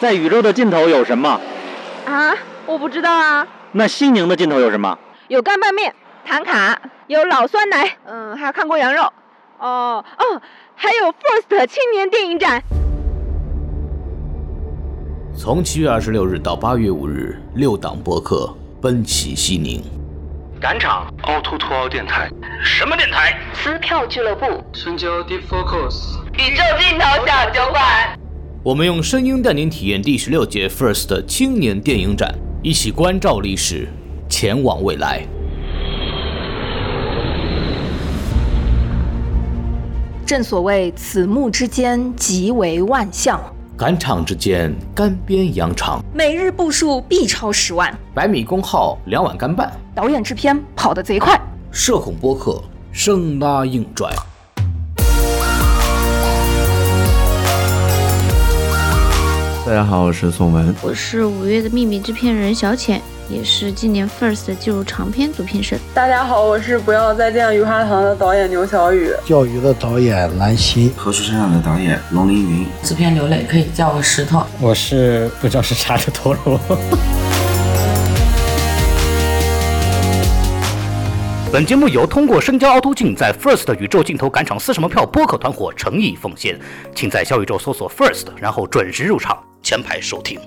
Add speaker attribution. Speaker 1: 在宇宙的尽头有什么？
Speaker 2: 啊，我不知道啊。
Speaker 1: 那西宁的尽头有什么？
Speaker 2: 有干拌面、糖卡，有老酸奶，嗯，还有看过羊肉。哦哦，还有 First 青年电影展。
Speaker 3: 从七月二十六日到八月五日，六档播客奔袭西宁。
Speaker 4: 赶场凹凸凸凹电台，什么电台？
Speaker 5: 撕票俱乐部，
Speaker 4: 深交 Deep Focus。
Speaker 6: 宇宙尽头小酒馆。
Speaker 3: 我们用声音带您体验第十六届 First 青年电影展，一起关照历史，前往未来。
Speaker 7: 正所谓此目之间，即为万象；
Speaker 3: 赶场之间，干煸羊肠。
Speaker 7: 每日步数必超十万，
Speaker 3: 百米公号两碗干拌，
Speaker 7: 导演制片跑得贼快。
Speaker 3: 社恐播客生拉硬拽。
Speaker 8: 大家好，我是宋文，
Speaker 9: 我是五月的秘密制片人小浅，也是今年 First 进入长片组评审。
Speaker 10: 大家好，我是不要再见鱼花堂的导演牛小雨，
Speaker 11: 钓鱼的导演兰溪，
Speaker 12: 何处身上的导演龙凌云，
Speaker 13: 制片刘磊可以叫我石头，
Speaker 14: 我是不知道是啥的陀螺。
Speaker 15: 本节目由通过深交凹凸镜在 First 宇宙尽头赶场撕什么票播客团伙诚意奉献，请在小宇宙搜索 First，然后准时入场，前排收听。